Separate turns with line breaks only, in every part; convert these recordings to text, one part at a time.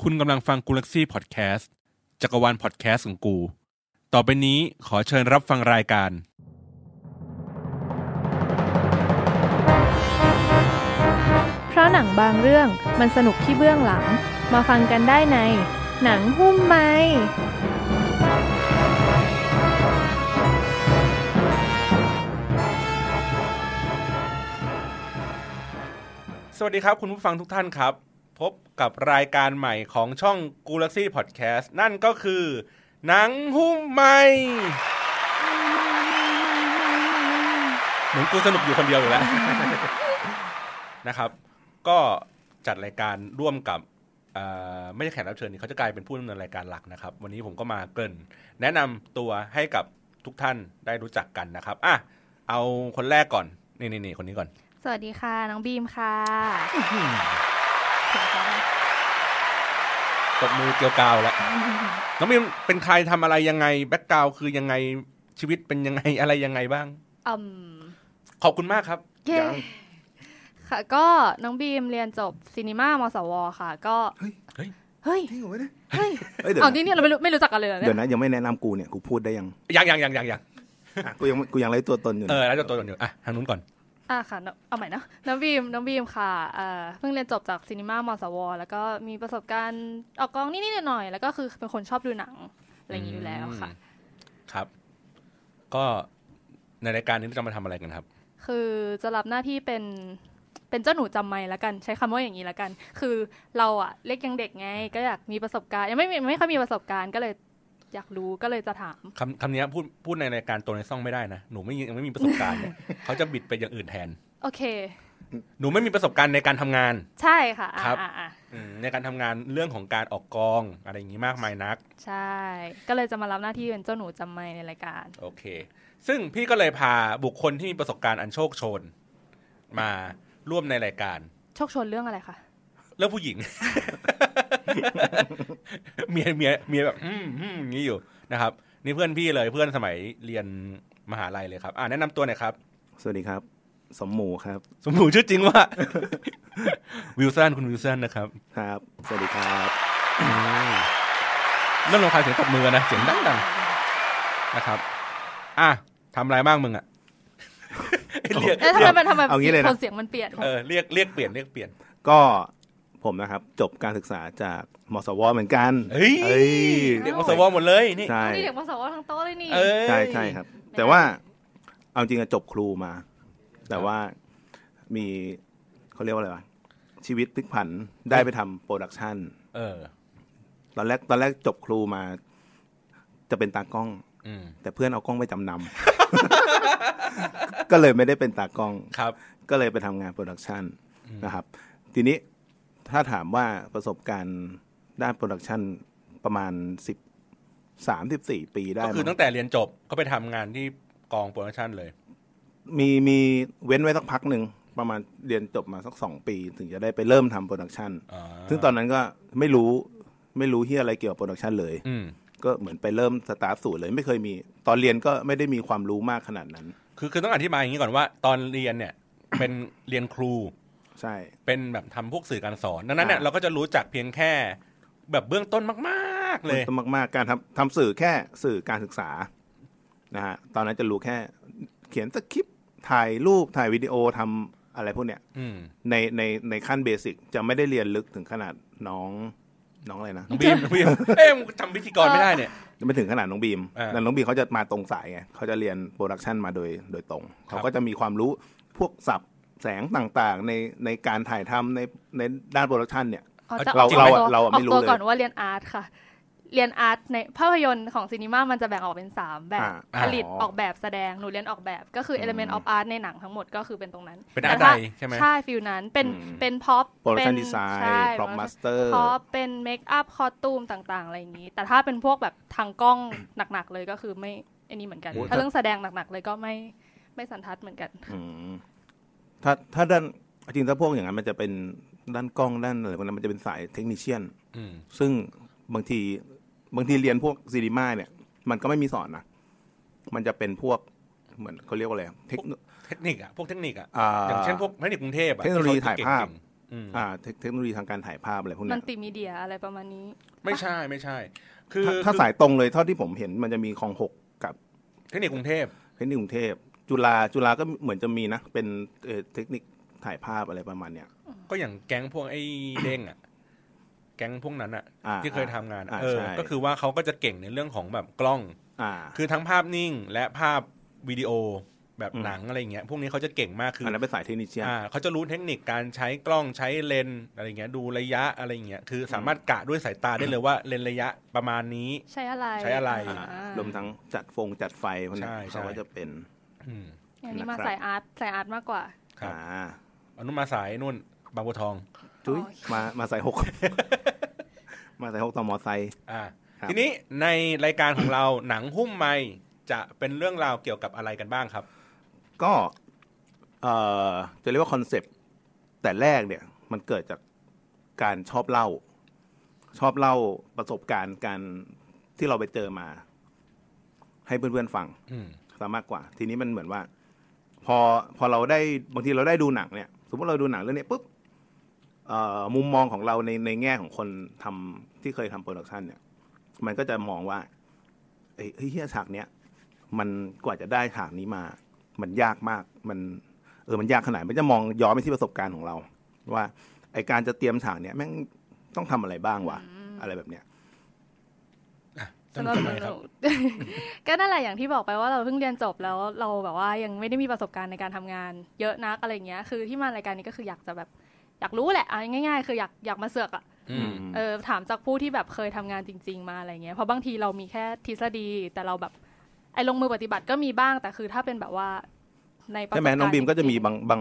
คุณกำลังฟังกูลักซี่พอดแคสต์จักรวาลพอดแคสต์ของกู ต่อไปนี้ขอเชิญรับฟังรายการ
เพราะหนังบางเรื่องมันสนุกที่เบื้องหลัง มาฟังกันได้ใน หนังหุ้มไมค์
สวัสดีครับ คุณผู้ฟังทุกท่านครับ พบกับรายการใหม่ของช่องกูลักซี่พอดแคสต์นั่นก็คือ หนังหุ้มใหม่เหมือนกูสนุกอยู่คนเดียวอยู่ แล้ว นะครับ ก็จัดรายการร่วมกับเอ่อไม่ใช่แขกรับเชิญนี่เขาจะกลายเป็นผู้ดำเนินรายการหลักนะครับ วันนี้ผมก็มาเกรินแนะนำตัวให้กับทุกท่านได้รู้จักกันนะครับอ่ะเอาคนแรกก่อนนี่นี่นี่คนนี้ก่อน
สวัสดีค่ะ น้องบีมค่ะ
ตบมือเกลียวกราวแล้ว น้องมิมเป็นใครทำอะไรยังไง แบ็กกราวคือยังไงชีวิตเป็นยังไง อะไรยังไงบ้าง
อืม
ขอบคุณมากครับ
เย้
ยัง
ค่ะก็น้องบีมเรียนจบซีนีมามสวค่ะ ก็
เฮ้ย
เฮ้ยเฮ้ย
จริงเหรอเนี่ย
เฮ้ย
เอ้ยเดี๋ยว
เอา
นะ
นี่เนี่ยเราไม่รู้ไม่รู้จักกันเลยเหรอเนี่
เดี๋ยวย นะยังไม่แนะนำกูเนี่ยกูพูดได้ยัง
ยังยังยังยังยัง
อ่ะกูยังกูยังไร้ตัวตนอยู่นะ
เออแล้วจะตัวก่อนอยู่อ่ะทางนู้นก่อน
อ่ะค่ะน้องเอาใหม่นะน้องบีมน้องบีมค่ะเอ่อเพิ่งเรียนจบจากซีนีมามสวแล้วก็มีประสบการณ์ออกกองนิดๆหน่อยๆแล้วก็คือเป็นคนชอบดูหนังอะไรอย่างนี้อยู่แล้วค่ะ
อืม ครับ ก็ในรายการนี้เราจะมาทำอะไรกันครับ
คือจะรับหน้าที่เป็นเป็นเจ้าหนูจำไม่ละกันใช้คำว่าอย่างนี้ละกัน คือเราอะเล็กยังเด็กไง ก็อยากมีประสบการณ์ยังไม่มีไม่ค่อยมีประสบการณ์ก็เลยอยากรู้ก็เลยจะถาม
คำคำนี้พูดพูดในรายการตัวในซ่องไม่ได้นะ หนูไม่ยังไม่มีประสบการณ์ เนี่ย เขาจะบิดไปอย่างอื่นแทน
โอเค
หนูไม่มีประสบการณ์ในการทำงาน
ใช่ค่ะอ่ะ
ครับ
อ่ะอ่ะ
อืมในการทำงานเรื่องของการออกกอง อะไรอย่างนี้มากมายนัก
ใช่ ก็เลยจะมารับหน้าที่เป็นเจ้าหนูจำไม่ในรายการ
โอเค ซึ่งพี่ก็เลยพาบุคคลที่มีประสบการณ์อันโชคโชน มาร่วมในรายการ
โชคชนเรื่องอะไรคะ
เรื่องผู้หญิง เมียเมียเมียแบบ อืมอืมอย่างนี้อยู่นะครับ นี่เพื่อนพี่เลยเพื่อนสมัยเรียนมหาลัยเลยครับ อ่าแนะนำตัวหน่อยครับ
สวัสดีครับ สมหมูครับ
สมมุติชื่อจริงว่า วิลสันคุณวิลสันนะครับ
ครับ สวัสดีครับ
นั่นลงคายเสียงตบมือนะเสียงดังดังๆนะครับ อ่ะทำอะไรบ้างมึงอ่ะ เรียก
แล้วทำไมมันทำไม
เอางี้เลยนะ
เสียงมันเปลี่ยน
เออเรียกเรียกเปลี่ยนเรียกเปลี่ยน
ก็ผมนะครับ จบการศึกษาจากมสวเหมือนกัน
เฮ้ย
เอ้ย
เด็กอสวหมดเลยนี่
ใช่
นี่เด็กมาสาวทั้งโต๊ะเลยนี่
เออ
ใช่ใช่ครับ แต่ว่าเอาจริงอะจบครูมา แต่ว่ามีเขาเรียกว่าอะไรวะชีวิตพลิกผันได้ไปทำโปรดักชัน
เออ
ตอนแรกตอนแรกจบครูมา จะเป็นตากล้อง
อืม
แต่เพื่อนเอากล้องไปจำนำ ก็เลยไม่ได้เป็นตากล้อง
ครับ
ก็เลยไปทำงานโปรดักชันนะครับ ทีนี้ถ้าถามว่าประสบการณ์ด้านโปรดักชันประมาณสิบสามสิบสี่ปีได้
ก็คือตั้
มั้ง
งแต่เรียนจบก็ไปทำงานที่กองโปรดักชันเลย
มีมีเว้นไว้สักพักหนึ่ง ประมาณเรียนจบมาสักสองปี ถึงจะได้ไปเริ่มทำโปรดักชัน
อ่า
ซึ่งตอนนั้นก็ไม่รู้ไม่รู้ที่อะไรเกี่ยวกับโปรดักชันเลย
อืม
ก็เหมือนไปเริ่มสตาร์ทสูตรเลยไม่เคยมี ตอนเรียนก็ไม่ได้มีความรู้มากขนาดนั้น
คือคือต้องอธิบายอย่างนี้ก่อนว่า ตอนเรียนเนี่ย เป็นเรียนครู
ใช่
เป็นแบบทำพวกสื่อการสอนดังนั้นเนี่ย
อ่า
เราก็จะรู้จักเพียงแค่แบบเบื้องต้นมาก ๆ เลย
มันมากๆ การทำทำสื่อแค่สื่อการศึกษานะฮะตอนนั้นจะรู้แค่เขียนสคริปต์ถ่ายรูปถ่ายวิดีโอทำอะไรพวกเนี้ย
อืม
ในในในขั้นเบสิกจะไม่ได้เรียนลึกถึงขนาดน้องน้องอะไรนะ
น้องบีมน้องบีม เอ้ยมึงจำพิธีกรไม่ได้เนี่ย
ไม่ถึงขนาดน้องบีม
อ่า
แต่น้องบีมเขาจะมาตรงสายไงเขาจะเรียนโปรดักชันมาโดยโดยตรง
ครับ
เขาก็จะมีความรู้พวกศัพท์แสงต่างๆ ในในการถ่ายทำในในด้านโปรดักชันเนี่ย
อ๋อจะ
เรา
ออก
เราอะ
ตัว
เราอะไม่รู้
ออก
เล
ตั
ย
วก่อนว่าเรียนอาร์ตค่ะ เรียนอาร์ตในภาพยนตร์ของซีนีมามันจะแบ่งออกเป็นสามแบบ
อ่า
ผลิตออกแบบแสดง หนูเรียนออกแบบ ก็คืออ element of art ในหนังทั้งหมดก็คือเป็นตรงนั้น
เป็น
แต่
อาร์ต
ถ้
ไดใช่ไหม
ใช่ฟิลนั้น เป็น
อืม
เป็นพ็อป
โปรดักชันดีไซน์พร็อพมาสเตอร์
พ็อปเป็นเมคอัพ คอสตูมต่าง ๆ อะไรอย่างนี้ แต่ถ้าเป็นพวกแบบทางกล้อง หนัก ๆ เลยก็คือไม่อันนี้เหมือนกัน
โอ้ย
ถ้า
แต่
เรื่องแสดงหนัก ๆ เลยก็ไม่ ไม่สันทัดเหมือนกัน
อืมถ้าถ้าด้านจริงถ้าพวกอย่างนั้นมันจะเป็นด้านกล้องด้านอะไรพวกนั้นมันจะเป็นสายเทคนิคเชียน
อืม
ซึ่งบางทีบางทีเรียนพวกซีดีมาเนี่ย มันก็ไม่มีสอนนะมันจะเป็นพวกเหมือนเขาเรียกว่าอะไรอะเทคโน
เทคนิคอะพวกเทคนิคอะ
อ่า
อย่างเช่นพวกเทคนิคกรุงเทพอะ
เทคโนโลยีถ่ายภา
ที่เข
พ
เก่งๆ อืม
อ่าเทคเทคโนโลยีทางการถ่ายภาพอะไรพวก
มั
เนี้
น
ย
ติมีเดียอะไรประมาณนี้
ไม่ใช่ไม่ใช่ คือ
ถ้าถ้า
คือ
สายตรงเลยเท่าที่ผมเห็นมันจะมีคลองหกกับ
เทคนิคกรุงเทพ
เทคนิคกรุงเทพจุฬาจุฬาก็เหมือนจะมีนะ เป็นเอ่อเทคนิคถ่ายภาพอะไรประมาณเนี้ย
ก็อย่างแก๊งพวกไอ้เด้งอ่ะ แก๊งพวกนั้นอ่ะ
อ่า
ที่เคยทำงานอะ
อ่า
เออ
ใช่
ก็คือว่าเขาก็จะเก่งในเรื่องของแบบกล้อง
อ่า
คือทั้งภาพนิ่งและภาพวิดีโอแบบ
อืม
หนังอะไรเงี้ย พวกนี้เขาจะเก่งมากคือ
อัน
อ
นั้นเป็นสายเทคนิคเชียน
อ่าเขาจะรู้เทคนิคการใช้กล้องใช้เลนส์อะไรเงี้ย ดูระยะอะไรเงี้ย คือสามารถกะด้วยสายตาได้เลยว่าเลนส์ระยะประมาณนี้
ใช้อะไร
ใช้อะไร
อ่าร
วมทั้งจัดฟงจัดไฟพวกเนี้ย
ใช่ใช่
เขาก็จะเป็น
อืม
อันนี้มา
นะครับ
สายอาร์ตสายอาร์ตมากกว่า
ครับ
อ่า
อนุมาสายนุ่นบางบัวทอง
จุ้ย
โอเค
มามาสายห ก มาสายหกต่อมอไซค์
อ่า
ครับ
ทีนี้ในรายการของเราหนังหุ้มไมค์จะเป็นเรื่องราวเกี่ยวกับอะไรกันบ้างครับ
ก็เอ่อจะเรียกว่าคอนเซปต์แต่แรกเนี่ย มันเกิดจากการชอบเล่า ชอบเล่าประสบการณ์การที่เราไปเจอมา ให้เพื่อนๆฟัง
อืม
ซะมากกว่า ทีนี้มันเหมือนว่า พอพอเราได้บางทีเราได้ดูหนังเนี่ย สมมติเราดูหนังเรื่องนี้ปุ๊บเอ่อมุมมองของเราในในแง่ของคนทำที่เคยทำโปรดักชันเนี่ย มันก็จะมองว่าเอ้ยเฮ้ยเหี้ยฉากเนี้ย มันกว่าจะได้ฉากนี้มา มันยากมาก มัน เออ มันยากขนาดไหนมันจะมองย้อนไปที่ประสบการณ์ของเรา ว่า ไอการจะเตรียมฉากเนี้ยแม่งต้องทำอะไรบ้างวะ อะไรแบบเนี้ย
สนุกจังเลยครับ
ก็นั่นแหละอย่างที่บอกไปว่าเราเพิ่งเรียนจบแล้วเราแบบว่ายังไม่ได้มีประสบการณ์ในการทำงาน เยอะนักอะไรอย่างเงี้ย คือที่มารายการนี้ก็คืออยากจะแบบอยากรู้แหละเอาง่ายๆ คืออยากอยากมาเสือกอะ
อืม
เออถามจากผู้ที่แบบเคยทำงานจริง ๆ มาอะไรเงี้ยเพราะบางทีเรามีแค่ทฤษฎี แต่เราแบบไอ้ลงมือปฏิบัติก็มีบ้างแต่คือถ้าเป็นแบบว่าในประสบการ
ใช่
ณ์
ไหมน้องบีมก็จะมี
ริงๆ
บางบาง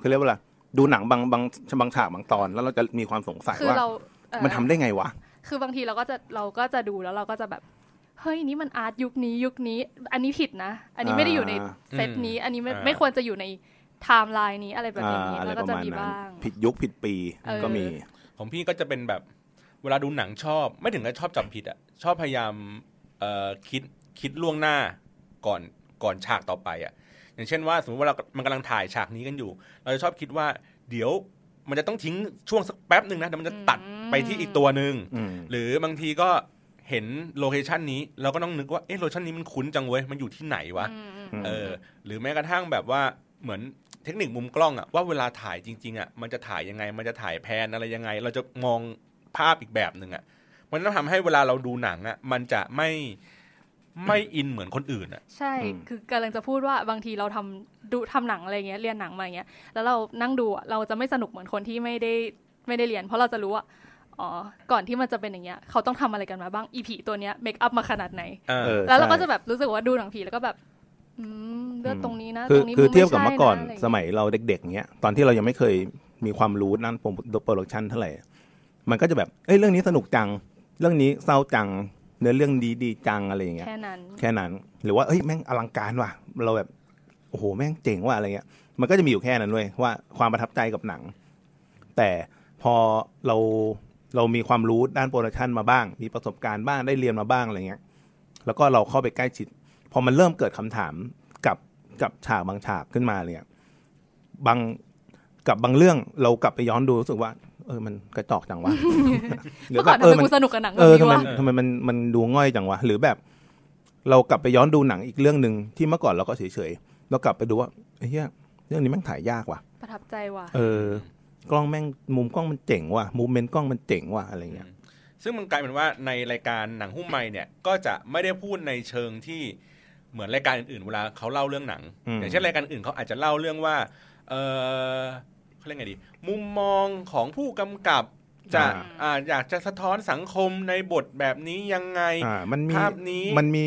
คือเรียกว่าอะไรดูหนังบางบางบางฉากบางตอน แล้วเราจะมีความสงสัย
คือ
ว่า
เราเอ่อ
มันทำได้ไงวะ
คือบางทีเราก็จะเราก็จะดูแล้วเราก็จะแบบ เฮ้ยนี่มันอาร์ตยุคนี้ยุคนี้ อันนี้ผิดนะ อันนี้ไม่ได้อยู่ใน
อ่า
เซตนี้ อันนี้ไม่
อ่า
ไม่ควรจะอยู่ในไทม์ไลน์นี้อะไรแบบ
อ่า
นี้
อะไร
แล้วก็
ประ
จะ
มาณ
มี
นั้น
บ้าง
ผิดยุคผิดปี
เออ
ก็มี
ของพี่ก็จะเป็นแบบเวลาดูหนังชอบ ไม่ถึงกับชอบจับผิดอะชอบพยายามเอ่อคิดคิดล่วงหน้าก่อนก่อนฉากต่อไปอะอย่างเช่นว่า สมมติว่าเรามันกำลังถ่ายฉากนี้กันอยู่ เราจะชอบคิดว่า เดี๋ยวมันจะต้องทิ้งช่วงสักแป๊บหนึ่งนะเดี๋ยวมันจะตัดไปที่อีกตัวหนึ่ง
อืม
หรือบางทีก็เห็นโลเคชันนี้เราก็ต้องนึกว่าเอ๊ะโลเคชันนี้มันคุ้นจังเว้ยมันอยู่ที่ไหนวะ
อืมอืม
เออหรือแม้กระทั่งแบบว่าเหมือนเทคนิคมุมกล้องอะว่าเวลาถ่ายจริงๆอะมันจะถ่ายยังไง มันจะถ่ายแพนอะไรยังไง เราจะมองภาพอีกแบบหนึ่งอะมันต้องทำให้เวลาเราดูหนังอะมันจะไม่ไม่อินเหมือนคนอื่นอะ
ใช่ คือกำลังจะพูดว่าบางทีเราทำดูทำหนังอะไรเงี้ย เรียนหนังมาอย่างเงี้ย แล้วเรานั่งดูอะเราจะไม่สนุกเหมือนคนที่ไม่ได้ไม่ได้เรียน เพราะเราจะรู้ว่า อ๋อ ก่อนที่มันจะเป็นอย่างเงี้ย เขาต้องทำอะไรกันมาบ้าง อีผีตัวเนี้ยเมคอัพมาขนาดไหน
เออ
ออ
แล้วเราก็
ใช่
จะแบบรู้สึกว่าดูหนังผีแล้วก็แบบ อืมเลือดตรงนี้นะ
คือ
ตรงนี้
คือ
มึงไ
เทียบกับเมื่อก่อน
ใช่ะะไรย่าง
ส
เงี้ย
มัยเราเด็กๆเนี้ยตอนที่เรายังไม่เคยมีความรู้นั่นโปรดักชันเท่าไหร่ มันก็จะแบบเอ้ยเรื่องนี้สนุกจัง เรื่องนี้เศร้าจังเนื้อเรื่องดีดีจังอะไรอย่างเงี้ย
แค่นั้น
แค่นั้นหรือว่าเอ้ยแม่งอลังการว่ะ เราแบบโอ้โหแม่งเจ๋งว่ะอะไรเงี้ย มันก็จะมีอยู่แค่นั้นด้วยว่าความประทับใจกับหนัง แต่พอเราเรามีความรู้ด้านโปรดักชันมาบ้าง มีประสบการณ์บ้างได้เรียนมาบ้างอะไรเงี้ย แล้วก็เราเข้าไปใกล้ชิด พอมันเริ่มเกิดคำถามกับกับฉากบางฉากขึ้นมาอะไรเนี่ยบางกับบางเรื่องเรากลับไปย้อนดูรู้สึกว่า เออมันกระจอกจัง วะ หรื
เมื่อ
แบ
ก่อบ น
เอ
ทำ
อ
ไม
มัน
กูสนุกกับหนัง
เอ
เรื่อ
อง ทำ
นี้
ไม
วะ
ทำไมมันมันดูง่อยจังวะ หรือแบบ เรากลับไปย้อนดูหนังอีกเรื่องหนึ่งที่เมื่อก่อนเราก็เฉยๆเรากลับไปดูว่าไอ้เหี้ยเรื่องนี้แม่งถ่ายยากว่ะ
ประทับใจว่ะ
เออ กล้องแม่งมุมกล้องมันเจ๋งว่ะมูเมนต์กล้องมันเจ๋งว่ะอะไรเงี้ย
ซึ่งมันกลายเป็นว่าในรายการหนังหุ้มไมค์เนี่ยก็จะไม่ได้พูดในเชิงที่เหมือนรายการอื่นๆเวลาเขาเล่าเรื่องหนัง
ม
อย่างเช่นรายการอื่นเขาอาจจะเล่าเรื่องว่า เออเขาเรียกไงดี มุมมองของผู้กำกับจะ
อ่า
อาอยากจะสะท้อนสังคมในบทแบบนี้ยังไง
อ่า มันมี
ภาพนี้
มันมี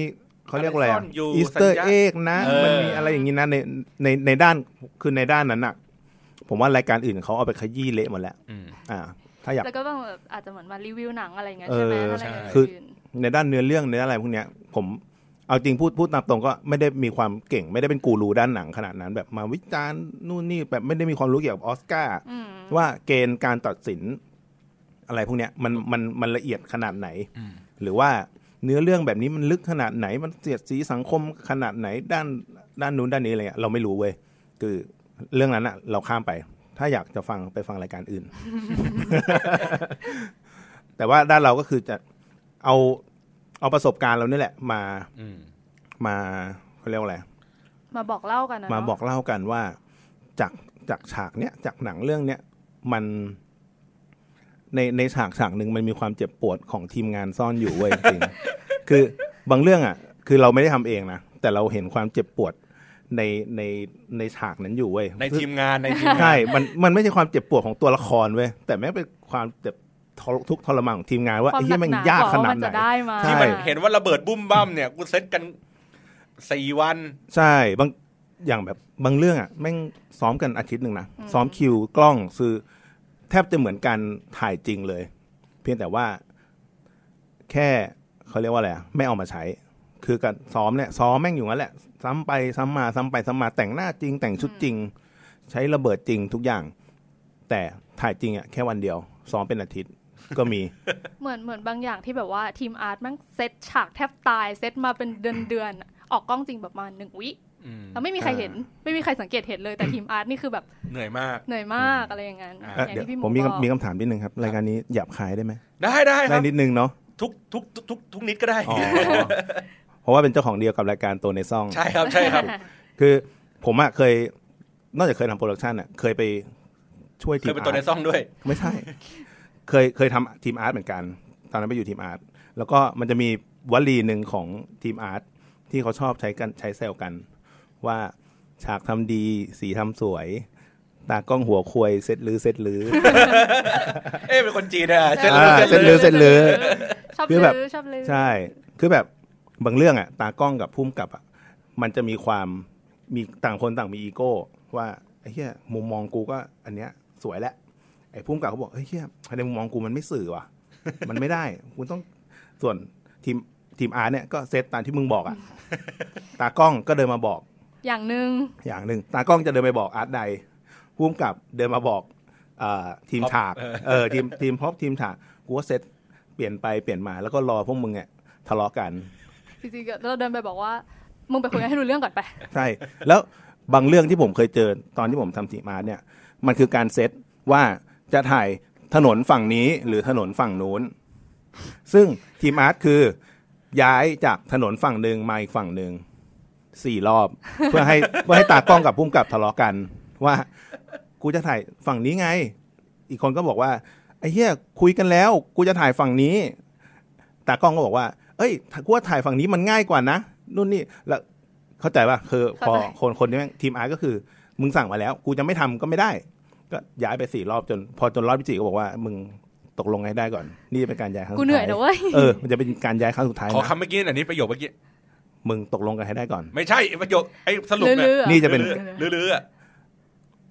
เขาเรียกว่าอะไร
ซ่
อะ
นยู่
อีสเตอร์
สัญญาณ
เอกนะ
เออ
มันมีอะไรอย่างงี้นะในในในด้านคือในด้านนั้นอะผมว่ารายการอื่นเขาเอาไปขยี้เละหมดแล้ว
อืม
อ่า ถ้าอยาก
แล้วก็บางแบบอาจจะเหมือนมารีวิวหนังอะไรอย่างเงี้ย
เออ
ใช่ไหมอะไรอย่างเงี้ย
ใช่ ในด้านเนื้อเรื่องเนื้ออะไรพวกเนี้ยผมเอาจริงพูดพูดตามตรงก็ไม่ได้มีความเก่ง ไม่ได้เป็นกูรูด้านหนังขนาดนั้น แบบมาวิจารณ์นู่นนี่แบบไม่ได้มีความรู้เกี่ยวกับออสการ์
อืม
ว่าเกณฑ์การตัดสิน อะไรพวกเนี้ยมันมันมันละเอียดขนาดไหน
อืม
หรือว่าเนื้อเรื่องแบบนี้มันลึกขนาดไหน มันเสียดสีสังคมขนาดไหนด้านด้านนู้นด้านนี้อะไรเงี้ยเราไม่รู้เว้ยคือเรื่องนั้นอะเราข้ามไปท ถ้าอยากจะฟังไปฟังรายการ อื่น แต่ว่าด้านเราก็คือจะเอาเอาประสบการณ์เรานี่แหละมา
อืม
มาเขาเรียกว่าอะไร
มาบอกเล่ากันนะ
มา
เนะ
บอกเล่ากันว่าจากจากฉากเนี้ยจากหนังเรื่องเนี้ยมันในในฉากฉากหนึ่งมันมีความเจ็บปวดของทีมงานซ่อนอยู่เว้ย จริงคือบางเรื่องอ่ะ คือเราไม่ได้ทำเองนะแต่เราเห็นความเจ็บปวดในในในฉากนั้นอยู่เว้ย
ในทีมงานในทีมงาน
ใช่มันมันไม่ใช่ความเจ็บปวดของตัวละครเว้ยแต่แม่งเป็นความเจ็บทรทุกข์ทรมานของทีมงานว่า
ความ
ไอ้
ห
ที่
นั
มั
ก
น
หนาย
าก
บอก
ข
ว่า
นา
มั
ด
น
ไหน
จะได้มา
ใช่
ที่มันเห็นว่าระเบิดบุ้มบ้ามเนี่ยกูเซตกันสี่วัน
ใช่บางอย่างแบบบางเรื่องอ่ะแม่งซ้อมกันอาทิตย์หนึ่งนะซ้อมคิวกล้องซื้อแทบจะเหมือนการถ่ายจริงเลย เพียงแต่ว่า แค่เขาเรียกว่าอะไรอะไม่เอามาใช้ คือการซ้อมเนี่ยซ้อมแม่งอยู่นั่นแหละ ซ้ำไปซ้ำมาซ้ำไปซ้ำมาแต่งหน้าจริง แต่งชุดจริง ใช้ระเบิดจริงทุกอย่าง แต่ถ่ายจริงอ่ะแค่วันเดียว ซ้อมเป็นอาทิตย์ ก็มี
เหมือนเหมือนบางอย่างที่แบบว่าทีมอาร์ตแม่งเซตฉากแทบตายเซตมาเป็นเดือนเดือนๆอะออกกล้องจริงแบบมาหนึ่งวิ
อืม
แล้วไม่มีใครเห็น ไม่มีใครสังเกตเห็นเลยแต่ทีมอาร์ตนี่คือแบบ
เหนื่อยมาก
เหนื่อยมากอะไรอย่างนั้น
อ่ะ
เอ่อ
อย่าง
เดี๋ยว
ที่พี่ห
ผมมี
บอก
คำมีคำถามนิดนึงครับรายการนี้หยาบคายได้ไหม
ได้ได้ค
ได้
รับ
นิดนึงเนาะ
ทุกทุกทุกทุกทุกนิดก็ได้
อ๋อ เพราะว่าเป็นเจ้าของเดียวกับรายการตัวในซ่อง
ใช่ครับใช่ครับ
คือผมอะเคย นอกจากเคยทำโปรดักชันอะเคยไปช่วย
เค
ที
ย
ม
เป็น
อา
ตัวใน
ร์ต
ซ่อง ด้วย
ไม่ ใช่ เคยเคยทำทีมอาร์ตเหมือนกัน ตอนนั้นไปอยู่ทีมอาร์ตแล้วก็มันจะมีวลีหนึ่งของทีมอาร์ตที่เขาชอบใช้กันใช้แซวกัน ว่าฉากทำดีสีทำสวย ตากล้องหัวควยเซตลือเซตลือ
เอ๊ะเป็นคนจีนอ่ะเซน
อ่า
เซน
เซต
เล
ลื
ย
อเซตลือ
ชอบ
คื
ลื
อแบบ
อชอบลือ
ใช่ คือแบบบางเรื่องอะตากล้องกับพุ่มกับอะมันจะมีความมีต่างคนต่างมีอีโก้ ว่าไอ้เหี้ยมุมมองกูก็อันเนี้ยสวยแล้วไอ้พุ่มกับเขาบอกไอ้ยเหี้ยในมุมมองกูมันไม่สื่อว่ะ มันไม่ได้คุณต้องส่วนทีมทีมอาร์ตเนี่ยก็เซตตามที่มึงบอกอะตากล้องก็เดินมาบอก
อย่างหนึ่ง
อย่างหนึ่งตากล้องจะเดินไปบอกอาร์ตใดพุ่มกับเดินมาบอกเออทีมฉากเออทีมทีมพบทีมฉากกูว่าเซตเปลี่ยนไปเปลี่ยนมาแล้วก็รอพวกมึงเนี่ยทะเลาะกัน
จริงๆก็เราเดินไปบอกว่ามึงไปคุยกันให้รู้เรื่องก่อนไป
ใช่ แล้วบางเรื่องที่ผมเคยเจอตอนที่ผมทำสีมาเนี่ย มันคือการเซตว่าจะถ่ายถนนฝั่งนี้หรือถนนฝั่งนู้น ซึ่งทีมอาร์ตคือย้ายจากถนนฝั่งหนึ่งมาอีกฝั่งหนึ่งสี่รอบ เพื่อให้ เพื่อให้ตากล้องกับพุ่มกับทะเลาะกัน ว่ากูจะถ่ายฝั่งนี้ไง อีกคนก็บอกว่าไอ้เหี้ยคุยกันแล้ว กูจะถ่ายฝั่งนี้ ตากล้องก็บอกว่า เอ้ยกูว่าถ่ายฝั่งนี้มันง่ายกว่านะนู่นนี่แล้วเข้าใจป่ะคือพอ
เข้าใจ
คนคนนี้แม่งทีมอาร์ตก็คือ มึงสั่งมาแล้ว กูจะไม่ทำก็ไม่ได้ ก็ย้ายไปสี่รอบจน พอจนรอบที่สี่ก็บอกว่า มึงตกลงไงได้ก่อน นี่เป็นการย้ายครั้ง
กู
สุด
เหนื่อยนะ
ท้าย
เว้ย
เออมันจะเป็นการย้ายครั้งสุดท้าย
ขอ
นะ
คำเมื่อกี้หน่อยนี้ประโยคเมื่อกี้
มึงตกลงกันให้ได้ก่อน
ไม่ใช่ประโยคไอ้สรุป
ลือ
เนี่
ลื
ย
อ
นี่จะเป็น
ลือลือๆอะ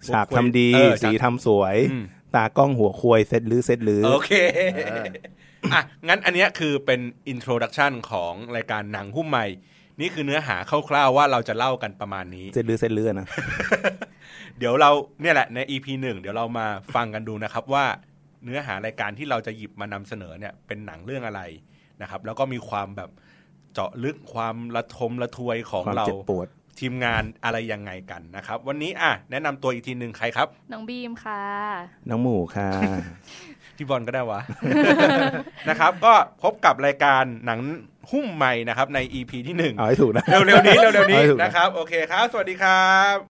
ฉากทำดี
เออฉาก
สีทำสวย
อืม
ตากล้องหัวควยเซตหรือเซตหรือ
โอเค
เออ
อ่ะงั้นอันเนี้ยคือเป็นอินโทรดักชันของรายการหนังหุ้มใหม่ นี่คือเนื้อหาคร่าวๆว่าเราจะเล่ากันประมาณนี้
เซตหรือเซตหรือนะ
เดี๋ยวเราเนี่ยแหละใน EP หนึ่งเดี๋ยวเรามาฟังกันดูนะครับว่าเนื้อหารายการที่เราจะหยิบมานำเสนอเนี่ยเป็นหนังเรื่องอะไรนะครับ แล้วก็มีความแบบเจาะลึกความระทมระทวยของ
ความ
เรา
เจ็บปวด
ทีมงานอะไรยังไงกันนะครับ วันนี้อ่ะแนะนำตัวอีกทีหนึ่งใครครับ
น้องบีมค่ะ
น้องหมูค่ะ
พี่บอลก็ได้ วะ นะครับ ก็พบกับรายการหนังหุ้มใหม่นะครับใน EP ที่หนึ่ง
เอาให้ถูกนะ
เร็วๆนี้เร็วๆนี้
เอาให้ถูกนะ
นะครับ โอเคครับ สวัสดีครับ